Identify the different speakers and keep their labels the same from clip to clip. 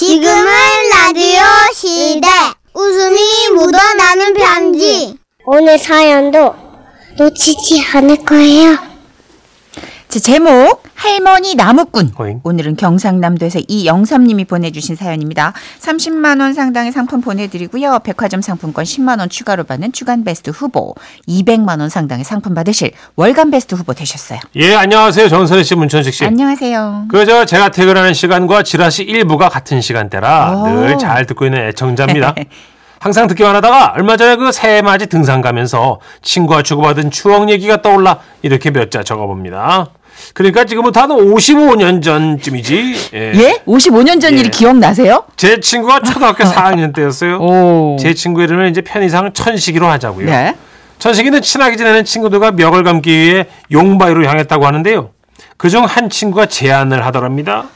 Speaker 1: 지금은 라디오 시대. 웃음이 묻어나는 편지.
Speaker 2: 오늘 사연도 놓치지 않을 거예요.
Speaker 3: 자, 제목 할머니 나무꾼
Speaker 4: 어잉.
Speaker 3: 오늘은 경상남도에서 이영삼님이 보내주신 사연입니다. 30만 원 상당의 상품 보내드리고요. 백화점 상품권 10만 원 추가로 받는 주간 베스트 후보 200만 원 상당의 상품 받으실 월간 베스트 후보 되셨어요.
Speaker 4: 예, 안녕하세요. 정선희 씨, 문천식 씨.
Speaker 3: 안녕하세요.
Speaker 4: 그저 제가 퇴근하는 시간과 지라시 일부가 같은 시간대라
Speaker 3: 오.
Speaker 4: 늘 잘 듣고 있는 애청자입니다. 항상 듣기만 하다가 얼마 전에 그 새해맞이 등산 가면서 친구와 주고받은 추억 얘기가 떠올라 이렇게 몇 자 적어봅니다. 그러니까 지금부터 한 55년 전쯤이지. 예.
Speaker 3: 예? 55년 전
Speaker 4: 예.
Speaker 3: 일이 기억나세요?
Speaker 4: 제 친구가 초등학교 4학년 때였어요.
Speaker 3: 오.
Speaker 4: 제 친구 이름을 이제 편의상 천식이로 하자고요.
Speaker 3: 네.
Speaker 4: 천식이는 친하게 지내는 친구들과 멱을 감기 위해 용바위로 향했다고 하는데요. 그중 한 친구가 제안을 하더랍니다.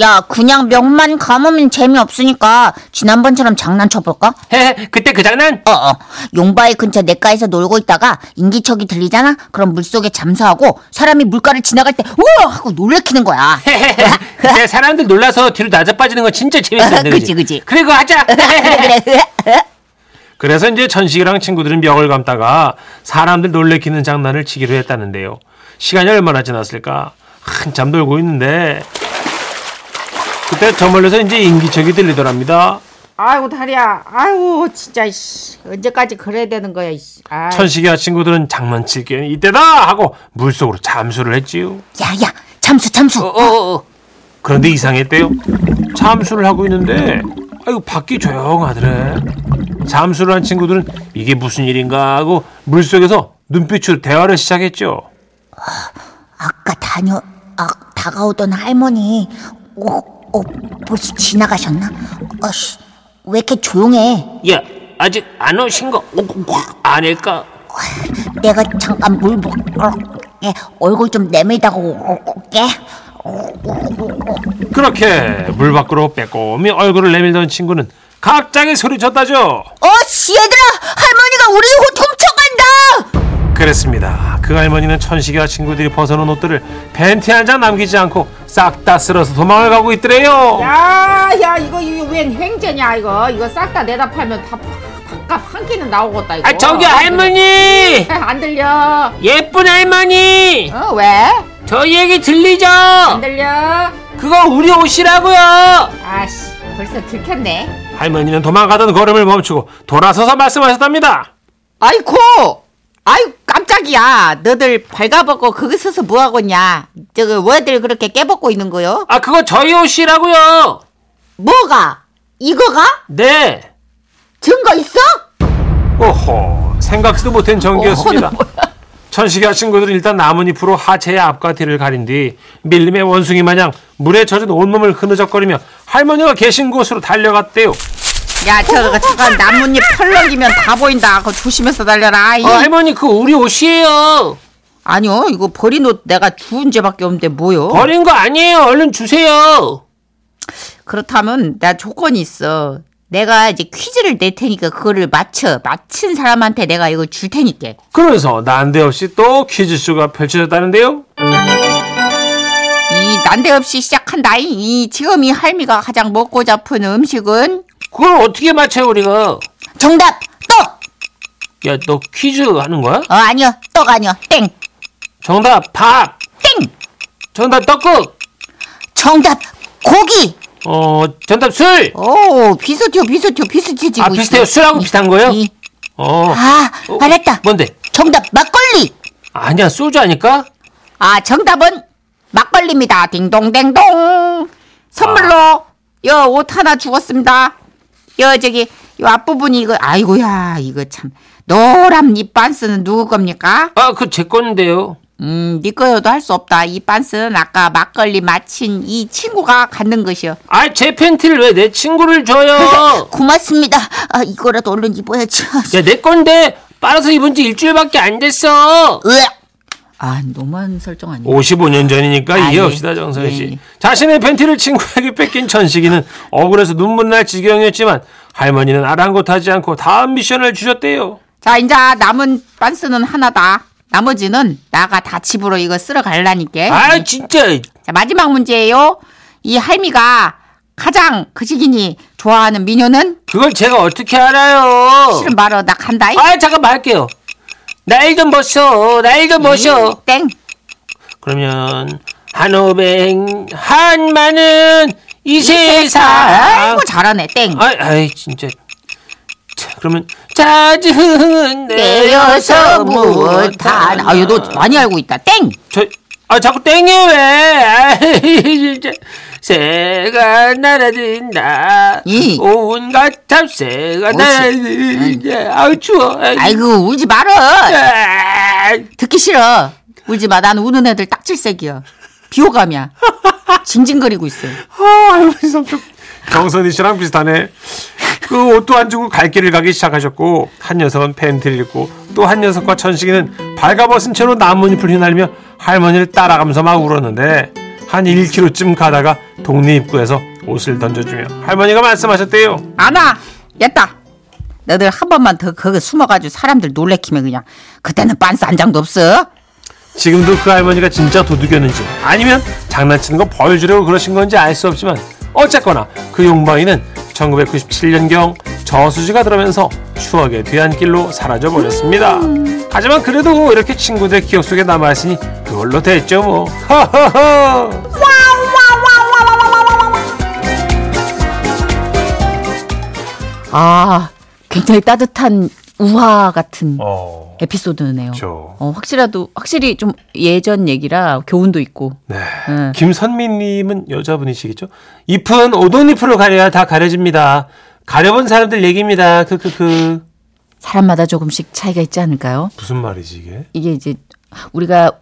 Speaker 3: 야, 그냥 명만 감으면 재미없으니까 지난번처럼 장난쳐볼까?
Speaker 4: 헤헤, 그때 그 장난?
Speaker 3: 어, 어. 용바위 근처 냇가에서 놀고 있다가 인기척이 들리잖아? 그럼 물속에 잠수하고 사람이 물가를 지나갈 때 우와! 하고 놀래키는 거야.
Speaker 4: 헤헤, 사람들 놀라서 뒤로 낮아 빠지는 건 진짜 재밌었는데.
Speaker 3: 그치, 그치.
Speaker 4: 그래, 그거 하자.
Speaker 3: 그래, 그래.
Speaker 4: 그래서 이제 천식이랑 친구들은 멱을 감다가 사람들 놀래키는 장난을 치기로 했다는데요. 시간이 얼마나 지났을까? 한참 놀고 있는데 그때 저 멀리서 이제 인기척이 들리더랍니다.
Speaker 5: 아이고 다리야 아이고 진짜 이씨. 언제까지 그래야 되는 거야 이씨. 아이.
Speaker 4: 천식이와 친구들은 장난칠 기회는 이때다 하고 물속으로 잠수를 했지요.
Speaker 3: 야, 야. 잠수, 아, 잠수.
Speaker 4: 그런데 이상했대요. 잠수를 하고 있는데 아이고 밖이 조용하더래. 잠수를 한 친구들은 이게 무슨 일인가 하고 물속에서 눈빛으로 대화를 시작했죠.
Speaker 3: 아까 다녀, 아, 다가오던 할머니. 어, 어, 벌써 지나가셨나? 어씨, 왜 이렇게 조용해?
Speaker 4: 야 아직 안 오신 거 아닐까?
Speaker 3: 내가 잠깐 물 먹을게. 얼굴 좀 내밀다가 올게.
Speaker 4: 그렇게 물 밖으로 빼꼼히 얼굴을 내밀던 친구는 갑자기 소리쳤다죠.
Speaker 3: 어씨, 얘들아! 할머니가 우리 옷 훔쳐간다!
Speaker 4: 그랬습니다. 그 할머니는 천식이와 친구들이 벗어놓은 옷들을 벤티 한 장 남기지 않고 싹 다 쓸어서 도망을 가고 있더래요.
Speaker 5: 야야 이거 이거 웬 횡재냐 이거 이거 싹 다 내다 팔면 다 밥값 한 끼는 나오겠다 이거
Speaker 4: 아, 할머니
Speaker 5: 에, 안 들려
Speaker 4: 예쁜 할머니
Speaker 5: 어 왜?
Speaker 4: 저 얘기 들리죠?
Speaker 5: 안 들려?
Speaker 4: 그거 우리 옷이라고요.
Speaker 5: 아씨 벌써 들켰네
Speaker 4: 할머니는 도망가던 걸음을 멈추고 돌아서서 말씀하셨답니다.
Speaker 5: 아이고 아이 깜짝이야 너들 발가벗고 거기 서서 뭐하고 있냐 저거 왜들 그렇게 깨벗고 있는 거요?
Speaker 4: 아 그거 저희 옷이라고요.
Speaker 5: 뭐가? 이거가?
Speaker 4: 네.
Speaker 5: 증거 있어?
Speaker 4: 오호 생각지도 못한 전기였습니다. 천식이와 친구들은 일단 나뭇잎으로 하체의 앞과 뒤를 가린 뒤 밀림의 원숭이 마냥 물에 젖은 온몸을 흐느적거리며 할머니가 계신 곳으로 달려갔대요.
Speaker 5: 야, 저거, 저거, 나뭇잎 펄럭이면 다 보인다. 그거 조심해서 달려라. 이.
Speaker 4: 어, 할머니 그 우리 옷이에요.
Speaker 5: 아니요, 이거 버린 옷 내가 주운 죄밖에 없는데 뭐요?
Speaker 4: 버린 거 아니에요. 얼른 주세요.
Speaker 5: 그렇다면, 나 조건이 있어. 내가 이제 퀴즈를 낼 테니까 그거를 맞춰. 맞힌 사람한테 내가 이걸 줄 테니까.
Speaker 4: 그러면서 난데없이 또 퀴즈쇼가 펼쳐졌다는데요.
Speaker 5: 이, 난데없이 시작한다. 이, 지금 이 할미가 가장 먹고 잡은 음식은?
Speaker 4: 그걸 어떻게 맞춰요 우리가?
Speaker 3: 정답! 떡!
Speaker 4: 야 너 퀴즈 하는 거야?
Speaker 3: 어, 아니요. 떡 아니요. 땡!
Speaker 4: 정답 밥.
Speaker 3: 땡!
Speaker 4: 정답 떡국.
Speaker 3: 정답! 고기!
Speaker 4: 어 정답 술.
Speaker 5: 오, 비슷해요, 비슷해요, 비슷해지고
Speaker 4: 아 비슷해요. 술하고 비슷한 거예요?
Speaker 3: 이.
Speaker 4: 어.
Speaker 3: 아,
Speaker 4: 어,
Speaker 3: 알았다.
Speaker 4: 뭔데?
Speaker 3: 정답! 막걸리!
Speaker 4: 아니야 소주 아닐까?
Speaker 5: 아, 정답은 막걸리입니다. 딩동댕동. 선물로
Speaker 4: 아.
Speaker 5: 여 옷 하나 주었습니다. 여 저기 요 앞부분이 이거 아이고야 이거 참 노란 이 반스는 누구 겁니까?
Speaker 4: 아 그 제 건데요.
Speaker 5: 음, 니 거여도 할 수 없다. 이 반스는 아까 막걸리 마친 이 친구가 갖는 것이요.
Speaker 4: 아 제 팬티를 왜 내 친구를
Speaker 5: 어.
Speaker 4: 줘요?
Speaker 3: 고맙습니다. 아, 이거라도 얼른 입어야지.
Speaker 4: 야 내 건데 빨아서 입은 지 일주일밖에 안 됐어.
Speaker 3: 으악!
Speaker 5: 아, 너무한 설정 아니야?
Speaker 4: 55년 전이니까
Speaker 5: 아,
Speaker 4: 이해 없시다
Speaker 5: 예.
Speaker 4: 정선 씨.
Speaker 5: 예.
Speaker 4: 자신의 팬티를 친구에게 뺏긴 천식이는 억울해서 눈물 날 지경이었지만 할머니는 아랑곳하지 않고 다음 미션을 주셨대요.
Speaker 5: 자, 이제 남은 반스는 하나다. 나머지는 나가 다 집으로 네? 이거 쓸어 갈라니까.
Speaker 4: 아 진짜
Speaker 5: 자, 마지막 문제예요. 이 할미가 가장 그 시기니 좋아하는 미녀는
Speaker 6: 그걸 제가 어떻게 알아요?
Speaker 5: 실은 말어 나 간다. 이
Speaker 6: 아 잠깐만 할게요. 날 좀 보셔. 날 좀
Speaker 5: 네.
Speaker 6: 보셔.
Speaker 5: 땡.
Speaker 6: 그러면 한오백 한만은 이 세상.
Speaker 5: 아이고 잘하네. 땡.
Speaker 6: 아이, 아이 진짜. 자, 그러면 자주
Speaker 5: 내어서
Speaker 6: 내어서
Speaker 5: 못한.
Speaker 6: 못하나.
Speaker 5: 아유 너 많이 알고 있다. 땡.
Speaker 6: 저, 아 자꾸 땡겨 왜? 아이, 진짜. 새가 날아든다.
Speaker 5: 이.
Speaker 6: 온갖 잡새가
Speaker 5: 옳지.
Speaker 6: 날아든다. 아우 추워. 아이,
Speaker 5: 아이고 울지 말어.
Speaker 6: 아,
Speaker 5: 듣기 싫어. 울지 마. 난 우는 애들 딱질색이야. 비호감이야. 징징거리고 있어.
Speaker 6: 아유, 삼촌. 경선이 씨랑 비슷하네. 그 옷도 안 주고 갈 길을 가기 시작하셨고 한 녀석은 팬티를 입고 또 한 녀석과 천식이는 발가벗은 채로 나뭇잎을 휘날리며 할머니를 따라가면서 막 울었는데 한 1km쯤 가다가 동네 입구에서 옷을 던져주며 할머니가 말씀하셨대요.
Speaker 5: 안아. 였다. 너들 한 번만 더 거기 숨어가지고 사람들 놀래키면 그냥 그때는 빤스 한 장도 없어.
Speaker 6: 지금도 그 할머니가 진짜 도둑이었는지 아니면 장난치는 거 보여주려고 그러신 건지 알 수 없지만 어쨌거나 그 용방이는 1997년경 저수지가 들어면서 추억의 뒤안길로 사라져 버렸습니다.
Speaker 5: 음.
Speaker 6: 하지만 그래도 이렇게 친구들 기억 속에 남아 있으니 그걸로 됐죠 뭐. 허허허.
Speaker 5: 아, 굉장히 따뜻한 우화 같은
Speaker 6: 어,
Speaker 5: 에피소드네요.
Speaker 6: 저.
Speaker 5: 어, 확실하도 확실히 좀 예전 얘기라 교훈도 있고.
Speaker 6: 네.
Speaker 5: 음.
Speaker 6: 김선미님은 여자분이시겠죠? 잎은 오동잎으로 가려야 다 가려집니다. 가려본 사람들 얘기입니다. 그, 크크크.
Speaker 5: 사람마다 조금씩 차이가 있지 않을까요?
Speaker 6: 무슨 말이지 이게?
Speaker 5: 이게 이제 우리가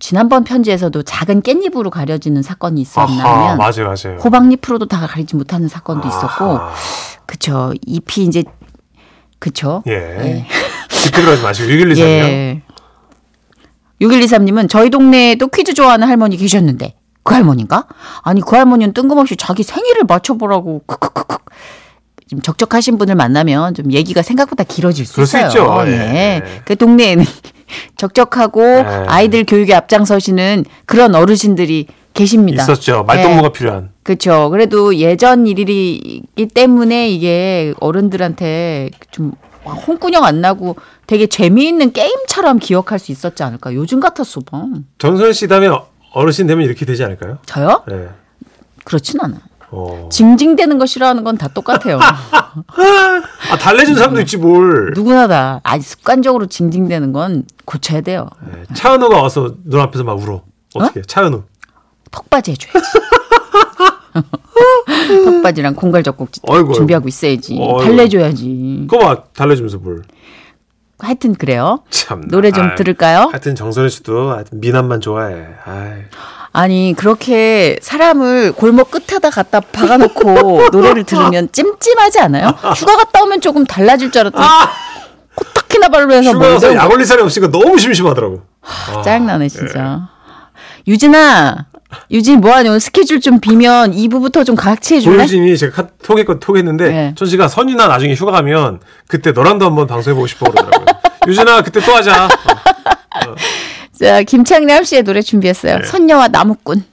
Speaker 5: 지난번 편지에서도 작은 깻잎으로 가려지는 사건이
Speaker 6: 아하,
Speaker 5: 있었나면
Speaker 6: 맞아요, 맞아요.
Speaker 5: 호박잎으로도 다 가리지 못하는 사건도 있었고
Speaker 6: 아하.
Speaker 5: 그쵸 잎이 이제 그쵸
Speaker 6: 예. 깊게 들어가지 마시고 6일 2 3이요
Speaker 5: 예. 6123님은 저희 동네에도 퀴즈 좋아하는 할머니 계셨는데 그 할머니인가? 아니 그 할머니는 뜬금없이 자기 생일을 맞춰보라고 크크크크 좀 적적하신 분을 만나면 좀 얘기가 생각보다 길어질 수
Speaker 6: 그럴 수
Speaker 5: 있어요.
Speaker 6: 있죠.
Speaker 5: 어,
Speaker 6: 예.
Speaker 5: 네. 그 동네에는 적적하고 아이들 교육에 앞장서시는 그런 어르신들이 계십니다.
Speaker 6: 있었죠. 말동무가 필요한.
Speaker 5: 그렇죠. 그래도 예전 일이기 때문에 이게 어른들한테 좀 홍군형 안 나고 되게 재미있는 게임처럼 기억할 수 있었지 않을까. 요즘 같았어 봐.
Speaker 6: 전선 씨 다음에 어르신 되면 이렇게 되지 않을까요?
Speaker 5: 저요?
Speaker 6: 네.
Speaker 5: 그렇진 않아.
Speaker 6: 어.
Speaker 5: 징징대는 거 싫어하는 건 다 똑같아요.
Speaker 6: 아, 달래준 사람도 있지 뭘.
Speaker 5: 누구나 다. 아니 습관적으로 징징대는 건 고쳐야 돼요.
Speaker 6: 네. 차은우가 와서 눈앞에서 막 울어. 어떻게? 차은우.
Speaker 5: 턱받이 해줘야지. 턱받이랑 공갈젖꼭지
Speaker 6: 어이구,
Speaker 5: 준비하고 있어야지.
Speaker 6: 어이구.
Speaker 5: 달래줘야지.
Speaker 6: 그거 봐. 달래주면서 뭘.
Speaker 5: 하여튼 그래요.
Speaker 6: 참.
Speaker 5: 노래 좀
Speaker 6: 아이.
Speaker 5: 들을까요?
Speaker 6: 하여튼 정선희 씨도 하여튼 미남만 좋아해. 아이.
Speaker 5: 아니 그렇게 사람을 골목 끝에다 갖다 박아놓고 노래를 들으면 찜찜하지 않아요? 휴가 갔다 오면 조금 달라질 줄 알았더니 아, 코딱히나 발로 해서
Speaker 6: 아! 휴가서 예.
Speaker 5: 먼저
Speaker 6: 약 올릴 사람이 없으니까 너무 심심하더라고.
Speaker 5: 짜증나네 진짜. 유진아, 유진 뭐하냐 오늘 스케줄 좀 비면 2부부터 좀 같이 해줄래?
Speaker 6: 조효진이 제가 카톡에 거 톡했는데
Speaker 5: 네.
Speaker 6: 천 씨가 선이나 나중에 휴가 가면 그때 너랑도 한번 방송해보고 싶어 그러더라고요. 유진아 그때 또 하자. 어. 예.
Speaker 5: 자 김창래 합씨의 노래 준비했어요. 선녀와 나무꾼.